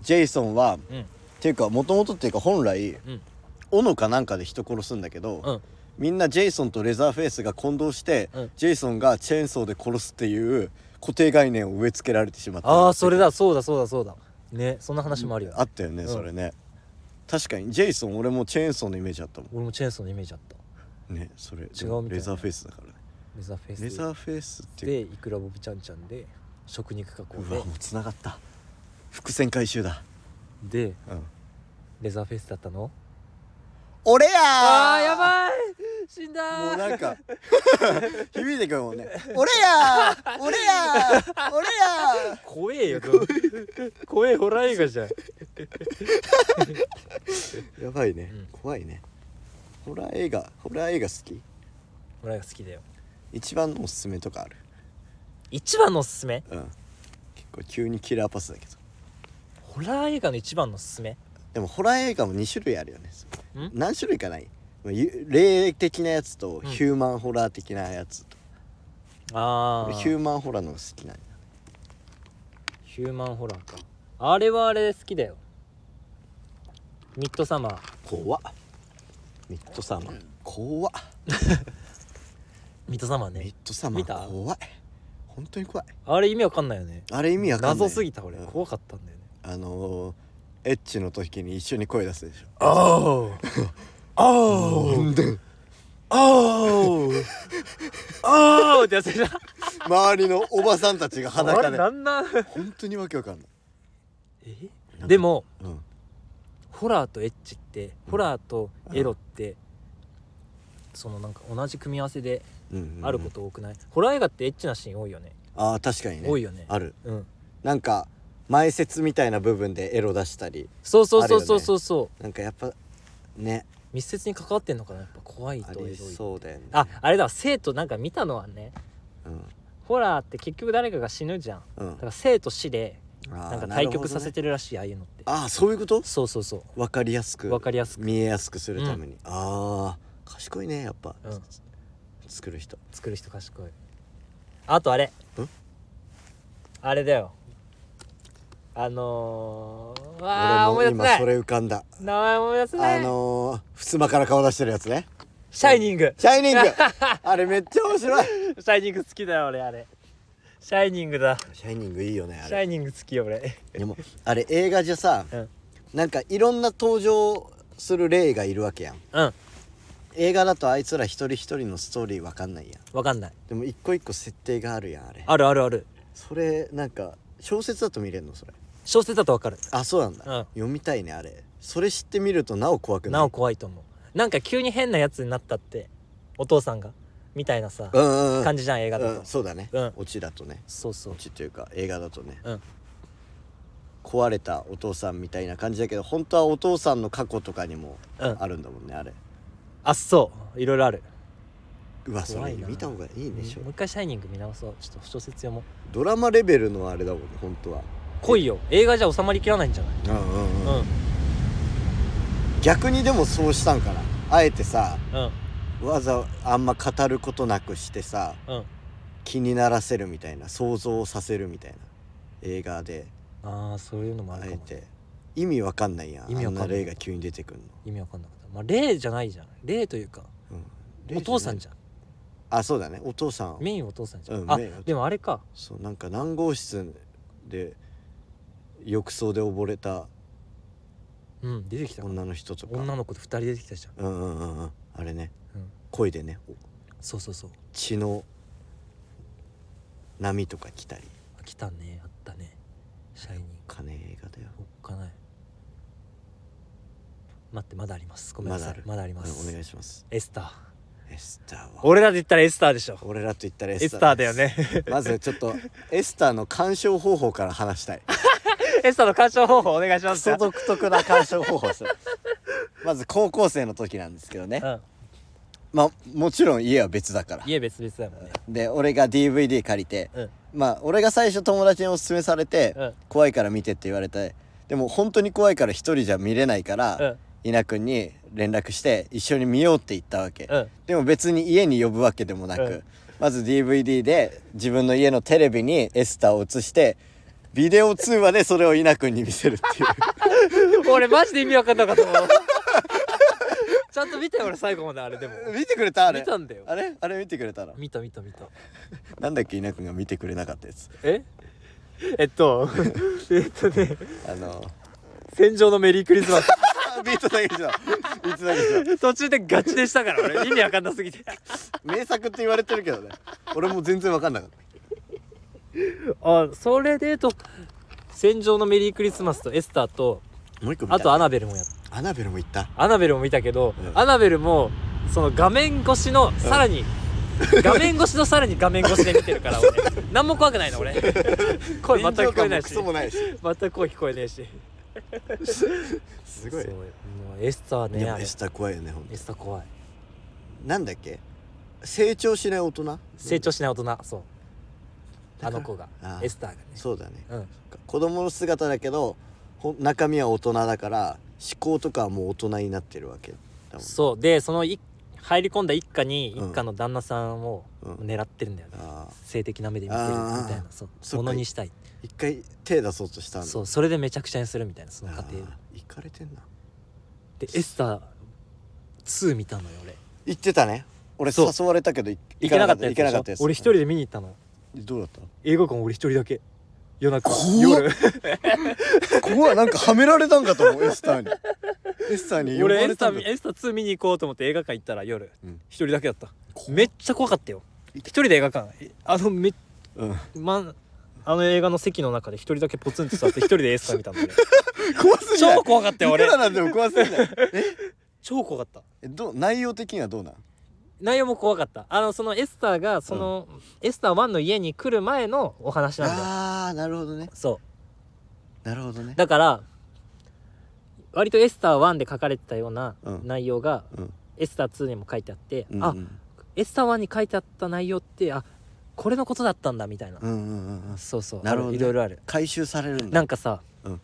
A: ジェイソンは
B: うん
A: っていうかもともとっていうか本来
B: うん
A: 斧かなんかで人殺すんだけど、
B: うん
A: みんなジェイソンとレザーフェイスが混同して、
B: うん
A: ジェイソンがチェーンソーで殺すっていう固定概念を植え付けられてしまった
B: ああそれだそうだそうだそうだねそんな話もあるよ、
A: あったよね、
B: うん
A: それね確かにジェイソン俺もチェーンソーのイメージあったも
B: 俺もチェーンソーのイメージあった
A: んねそれ
B: たいな
A: レザーフェイスだからね
B: レザーフェイス
A: レザーフェイスっていう
B: でイクラボブちゃんちゃんで食肉加工
A: うわもう繋がった伏線回収だ、
B: でで
A: うん、
B: レザーフェイスだったの
A: 俺やー
B: あーやばい死んだ
A: もう
B: ー
A: なん か響いてくるもんね俺やー俺やー俺やー
B: 怖えよ 怖怖えホラー映画じゃん
A: やばいね、
B: うん
A: 怖いねホラー映画ホラー映画好き
B: ホラーが好きだよ
A: 一番のおすすめとかある
B: 一番のおすすめ
A: うん結構急にキラーパスだけど
B: ホラー映画の一番のおすすめ
A: でもホラー映画も2種類あるよね
B: ん
A: 何種類かないまあゆ霊的なやつ
B: う
A: と
B: ん
A: ヒューマンホラー的なやつと、
B: ああ
A: 俺ヒューマンホラーの方が好きなんだ
B: ヒューマンホラーかあれはあれ好きだよミッドサマー
A: 怖っミッドサマー怖っ
B: ミッドサマー
A: ミッ
B: ね
A: ドサマ
B: 見た
A: ー怖い本当に怖い
B: あれ意味わかんないよね
A: あれ意味わかんない
B: 謎すぎた俺
A: うん
B: 怖かったんだよね
A: あのー、エッチの時に一緒に声出すでしょ
B: あああ あ
A: うんで
B: おーおーってやつじゃん
A: 周りのおばさんたちが裸
B: あれ
A: で
B: なんなん
A: 本当にわけわかんない
B: えでも
A: うん
B: ホラーとエッチってホラーとエロって、そのなんか同じ組み合わせで
A: うんうんうん
B: あること多くない、ホラー映画ってエッチなシーン多いよね
A: ああ確かにね
B: 多いよね
A: ある
B: うん
A: なんか前説みたいな部分でエロ出したり
B: そうそうそうそうそうそう、
A: なんかやっぱね
B: 密接に関わってんのかなやっぱ怖い
A: あ
B: とエロ
A: り
B: い
A: そうだよね
B: ああれだわ生徒なんか見たのはね
A: うん
B: ホラーって結局誰かが死ぬじゃん
A: うん
B: だから生と死で
A: あ
B: なん
A: ー
B: か対局させ
A: なる
B: てるらしい、ああいうのって
A: ほどねあーそういうこと
B: そうそうそ
A: わかりやす
B: う
A: く
B: わかりやすく
A: 見えやすくするために、ああ賢いねやっぱ、
B: うん
A: 作る人
B: 作る人賢いあとあれあれだよあのー、わあ思い
A: 俺
B: 出せ
A: も
B: な
A: 今
B: い
A: それ浮かんだ
B: 名前思い出せない
A: あのー、襖から顔出してるやつね
B: シャイニング
A: シャイニン グあれめっちゃ面白い
B: シャイニング好きだよ俺あれシャイニングだ
A: シャイニングいいよねあ
B: シャ
A: れ
B: イニング好きよ俺
A: でもあれ映画じゃさ、
B: うん
A: なんかいろんな登場する霊がいるわけやん
B: うん
A: 映画だとあいつら一人一人のストーリーわかんないやん
B: わかんない
A: でも一個一個設定があるやんあれ
B: あるあるある
A: それなんか小説だと見れるのそれ
B: 小説だとわかる
A: あそうなんだ、
B: うん
A: 読みたいねあれそれ知ってみるとなお怖くない
B: なお怖いと思うなんか急に変なやつになったってお父さんがみたいなさ
A: うんうんうん
B: 感じじゃん映画だ
A: うん
B: と
A: そうだね、
B: うん
A: オチだとね
B: そうそ
A: オ
B: う
A: チというか映画だとね
B: うん
A: 壊れたお父さんみたいな感じだけど本当はお父さんの過去とかにも
B: うん
A: あるんだもんねあれ
B: あそういろいろある
A: うわそ
B: 怖
A: れ
B: いな
A: 見た方がいい
B: もう
A: でしょ
B: 一回「シャイニング」見直そうちょっと小説読もう
A: ドラマレベルのあれだもんね本当は
B: 来いよ映画じゃ収まりきらないんじゃない
A: うんうん
B: うん
A: 逆にでもそうしたんかなあえてさ
B: うん
A: わざあんま語ることなくしてさ
B: うん
A: 気にならせるみたいな想像させるみたいな映画で
B: ああそういうのもあ
A: あ
B: る
A: え
B: かもね
A: て意味わかんないやん
B: 意味わかんない
A: あんな霊が急に出てくんの、
B: 意味わかんなかったまあ例じゃないじゃん例というか
A: うん、
B: お父さん
A: ゃ
B: じゃん
A: あそうだねお父さん
B: メインお父さんじゃん、
A: うん
B: あ
A: メインお父さん
B: でもあれか
A: そうなんか何号室で浴槽で溺れた
B: うん出てきた
A: 女の人とか
B: 女の子と2人出てきたじゃん、
A: うんうんうんうんあれね
B: うん、
A: 恋でねお
B: そうそうそう
A: 血の波とか来たり
B: あ来たねあったねシャイニング
A: かね映画だよ
B: おっかない待ってまだありますごめんなさいまだ
A: まだ
B: あり
A: うん
B: ます
A: お願いします
B: エスター
A: エスターは
B: 俺らで言ったらエスターでしょ
A: 俺らと言ったらエ
B: エ
A: ス
B: ス
A: タ
B: タ
A: ー
B: ーだ
A: で
B: よ
A: す
B: ね
A: まずちょっとエスターの鑑賞方法から話 したい
B: エスターの鑑賞方法お願いします
A: そ
B: よ
A: 独特な鑑賞方法ですまず高校生の時なんですけどね
B: うん、
A: まあもちろん家は別だから
B: 家別々だもんね
A: で俺が DVD 借りて
B: うん
A: まあ俺が最初友達におすすめされて、
B: うん
A: 怖いから見てって言われてでも本当に怖いから一人じゃ見れないから、
B: うん
A: 稲君に連絡して一緒に見ようって言ったわけ、
B: うん
A: でも別に家に呼ぶわけでもなく、
B: うん
A: まず DVD で自分の家のテレビにエスターを映してビデオ通話でそれを稲君に見せるってい う
B: 俺マジで意味わかんなかったもん ちゃんと見たよ俺最後まであれでも
A: 見てくれたあれ
B: 見たんだよ
A: あれあれ見てくれたら
B: 見た見た見た
A: なんだっけ稲君が見てくれなかったやつ
B: ええっと えっとね
A: あの
B: 戦場のメリークリスマス
A: ビートだけじゃビートだけじゃ
B: 途中でガチでしたから俺意味わかんなすぎて
A: 名作って言われてるけどね俺も全然分かんなかった
B: あそれでえっと戦場のメリークリスマスとエスターと
A: もう一個見た
B: あとアナベルもやっ
A: アナベルも行った
B: アナベルも見たけど、
A: うん
B: アナベルもその画面越しのさらに、画面越しのさらに画面越しで見てるから俺何も怖くない の俺声全く聞こえないし
A: 臨場感もクソもないし
B: 全く声聞こえねえし
A: すごい
B: そうもうエスター
A: で
B: ね
A: も
B: あれ
A: エスター怖いよねほんと
B: エスター怖い
A: なんだっけ成長しない大人
B: 成長しない大人そう
A: だ
B: あ
A: から
B: の子が
A: ああ
B: エスターがね
A: そうだね
B: うん
A: 子供の姿だけどほん中身は大人だから思考とかはもう大人になってるわけだもん
B: そうでそのい入り込んだ一家に
A: うん
B: 一家の旦那さんを
A: うん
B: 狙ってるんだよね、
A: ああ
B: 性的な目で見てるみ
A: ああ
B: たいなそう
A: そっ
B: も
A: か
B: のにしたい
A: 一回手出そうとしたんだ
B: そうそれでめちゃくちゃにするみたいなそ
A: あ
B: の過程
A: あ行かれてんな
B: でエスター2見たのよ俺
A: 行ってたね俺
B: そう
A: 誘われたけどい
B: 行けなかったやつ
A: 行けなかったや
B: でし
A: つ
B: ょ俺一人で見に行ったの
A: どうだった
B: 映画館俺一人だけ夜中
A: 怖っ
B: 夜
A: ここはなんかはめられたんかと思うエスターにエスターに呼ば
B: 俺エ
A: れ
B: スタ
A: たんだ
B: ーエスター2見に行こうと思って映画館行ったら夜
A: うん
B: 一人だけだった
A: 怖っ
B: めっちゃ怖かったよ一人で映画館えあのめ
A: うん
B: まんあの映画の席の中で一人だけポツンと座って一人でエスター見たんだ よ
A: 怖すぎない
B: 超怖かったよ
A: いく
B: 俺
A: らなんでも怖すぎない
B: 超怖かった
A: えどう内容的にはどうなん
B: 内容も怖かったあのそのエスターがその、エスター1の家に来る前のお話なんだよ
A: ああなるほどね
B: そ
A: なるほどね
B: うだから割とエスター1で書かれてたような
A: うん
B: 内容が、
A: うん
B: エスター2にも書いてあって、
A: うんう
B: あ
A: ん
B: エスター1に書いてあった内容ってあこれのことだったんだみたいな、
A: うんうんうんうん
B: そうそう
A: なるほどね
B: いろいろある
A: 回収されるんだ
B: なんかさ、
A: うん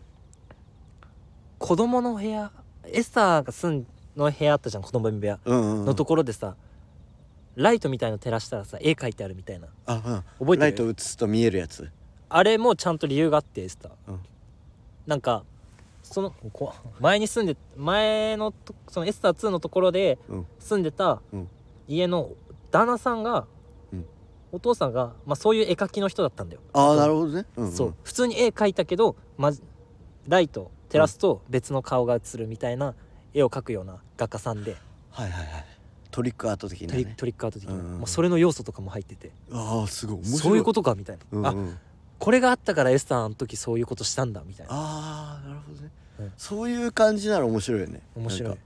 B: 子供の部屋エスターが住んの部屋あったじゃん子供部屋
A: うんうんうん
B: のところでさ、ライトみたいの照らしたらさ絵描いてあるみたいな
A: あうん
B: 覚えてる
A: ライト映すと見えるやつ
B: あれもちゃんと理由があってエスター、
A: うん
B: なんかそのこ前に住んで前のとそのエスター2のところで
A: うん
B: 住んでた
A: うん
B: 家の旦那さんが、
A: うん
B: お父さんが、まあ、そういう絵描きの人だったんだよ
A: あ
B: そ
A: あ
B: う
A: なるほどねうんうん
B: そう普通に絵描いたけど、ま、ライト照らすと別の顔が映るみたいな絵を描くような画家さんで、
A: はいはいはいトリックアート的な
B: トリ
A: ね
B: トリックアート的な、
A: うんうんうん
B: まあ、それの要素とかも入ってて
A: ああすごい面白い
B: そういうこととかみたいな、
A: あ
B: あこれがあったからエスターあの時そういうことしたんだみたいな
A: あーなるほどね
B: うん
A: そういう感じなら面白いよね
B: 面白
A: ないんか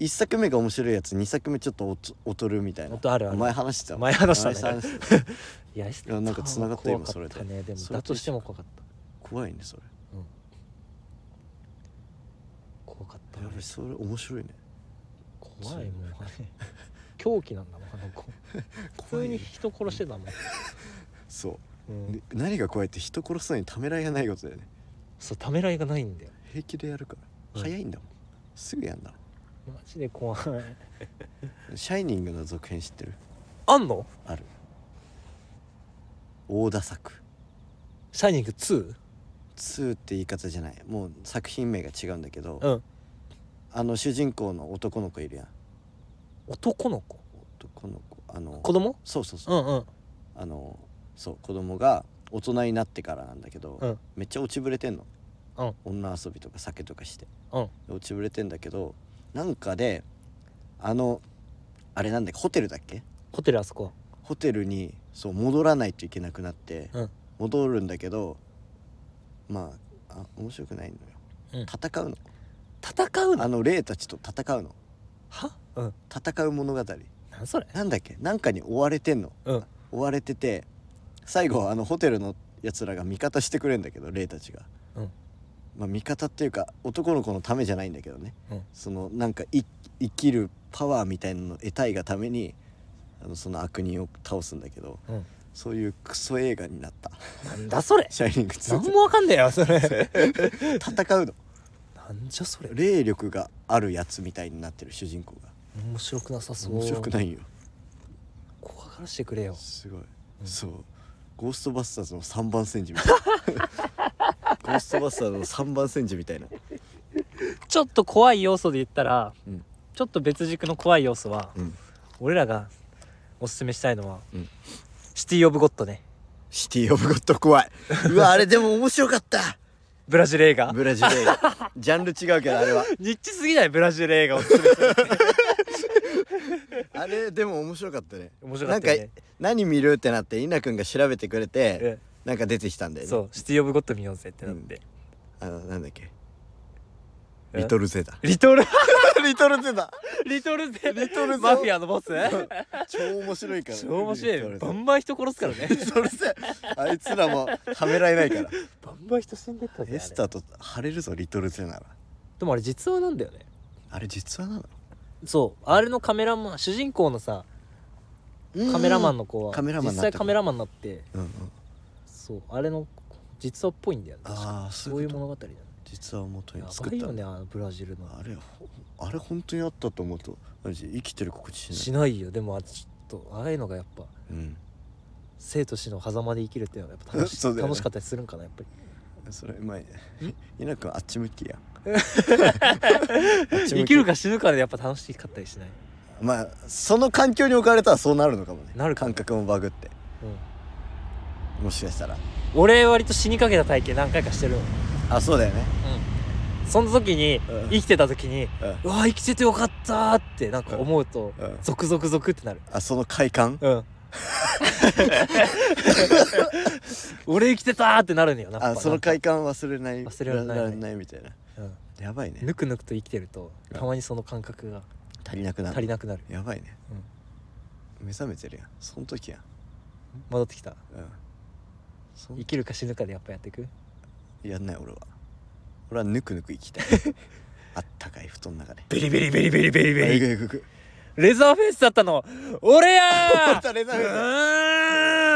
A: 1作目が面白いやつ2作目ちょっと劣劣るみたいな
B: 劣あるある
A: 前話してた
B: 前話したね
A: 前話してた
B: いや
A: いやなんか繋がった今それで
B: 怖かったねでも
A: そ
B: だ
A: れと一緒
B: としても怖かった
A: 怖いねそれ
B: 怖かったね
A: やべそれ面白いね
B: 怖いもん狂気なんだもんあの子普
A: 怖
B: 通
A: い
B: に
A: ね
B: 人殺してたもん、
A: そううんで何が怖いって人殺すのにためらいがないことだよね
B: そうためらいがないんだよ
A: 平気でやるから、
B: うん
A: 早いんだもんすぐやんだも
B: マジで怖い
A: ん「シャイニング」の続編知ってる
B: あんの
A: ある大田作
B: シャイニング 2?
A: 2って言い方じゃないもう作品名が違うんだけど、
B: うん
A: あの主人公の男の子いるやん
B: 男の子
A: 男の子あの
B: 子供
A: そうそうそうう、
B: んうん
A: あのそう子供が大人になってからなんだけど、
B: うん
A: めっちゃ落ちぶれてんの、
B: うん
A: 女遊びとか酒とかして
B: うん
A: 落ちぶれてんだけどなんかであのあれなんだっけホテルだっけ
B: ホテルあそこ
A: ホテルにそう戻らないといけなくなって、
B: うん
A: 戻るんだけどまああ面白くない
B: う
A: のよ、
B: ん
A: 戦うの
B: 戦うの
A: あの霊たちと戦うの
B: はうん
A: 戦う物語
B: 何それ
A: なんだっけなんかに追われてんの
B: うん
A: 追われてて最後はあのホテルのやつらが味方してくれんだけど霊たちが、
B: うん
A: まあ、味方っていうか男の子のためじゃないんだけどね、
B: うん
A: そのなんかい生きるパワーみたいなのを得たいがためにあのその悪人を倒すんだけど
B: うん
A: そういうクソ映画になった
B: なんだそれ
A: シャイニング2
B: 何もわかんねえよそ れ
A: 戦うの
B: なんじゃそれ
A: 霊力があるやつみたいになってる主人公が
B: 面白くなさそう
A: 面白くないよ
B: 怖がらしてくれよ
A: すごい、
B: ん
A: そうゴーストバスターズの3番煎じみたい なゴーストバスターズの3番煎じみたいな
B: ちょっと怖い要素で言ったら、
A: うん
B: ちょっと別軸の怖い要素は、
A: うん
B: 俺らがおすすめしたいのは、
A: うん
B: シティ・オブ・ゴッドね
A: シティ・オブ・ゴッド怖いうわあれでも面白かった
B: ブラジル映画
A: ブラジル映画ジャンル違うけどあれは
B: ニッチすぎないブラジル映画おす すめする
A: あれでも面白かったね
B: 面白かったよね
A: なんか何見るってなって稲くんが調べてくれて、
B: え
A: なんか出てきたんだよね
B: そうシティ・オブ・ゴッド見ようぜってなって、
A: あのなんだっけ
B: え
A: リトル・ゼだ
B: リトル
A: リトル・ゼだ
B: リトルゼリ
A: トルゼ
B: マフィアのボス
A: 超面白いから
B: 超面白いよ
A: リト
B: バ
A: ルゼ
B: ンバン人殺すからね
A: それさあいつらもはめられな いから
B: バンバン人死んでった
A: エスターと晴れるぞリトルゼなら
B: でもあれ実話なんだよね
A: あれ実はな
B: そうあれのカメラマン主人公のさ
A: の
B: カメラマンの子は
A: カメラマンに
B: 実
A: なっ
B: 際
A: た
B: カメラマンになって
A: うんうん
B: そうあれの実話っぽいんだよね確か
A: ああそ
B: そう
A: うい
B: いうう
A: こと
B: 物語だね
A: 実は元に
B: や
A: 作
B: ば
A: っ
B: い
A: た
B: よねあのブラジルの
A: あれほあれ本当にあったと思うとマジ生きてる心地し
B: し
A: ない
B: ないよでもあちょっとああいうのがやっぱ
A: うん
B: 生と死の狭間で生きるっていうのはやっぱ楽し,、
A: そうだよね
B: 楽しかったりするんかなやっぱり
A: それうまい稲君あっち向きや
B: 生きるか死ぬかでやっぱ楽しかったりしない、
A: まあその環境に置かれたらそうなるのかもね
B: なるかも
A: 感覚もバグって
B: うん、
A: もしかしたら
B: 俺割と死にかけた体験何回かしてるの
A: あそうだよね
B: うんその時に、
A: うん
B: 生きてた時に
A: うん
B: うわ生きててよかったーってなんか思うと、
A: うん
B: ゾクゾクゾクってなる
A: あその快感
B: うん 俺生きてたーってなるのよなんか
A: あその快感忘れない
B: 忘れられない
A: られないみたいな
B: うん
A: やばいね
B: ぬくぬくと生きてると
A: うん
B: たまにその感覚が
A: 足りなくなる
B: 足りなくなる
A: やばいね、目覚めてるやんその時やん、
B: 戻ってきた
A: うん、そん
B: 生きるか死ぬかでやっぱやっていく
A: やんない俺は俺はぬくぬく生 きたいあったかい布団の中で
B: ベリベリベリベリベリ
A: あいくいくいく
B: レザーフェイスだったの俺や
A: 俺だレザーフェイス
B: うーん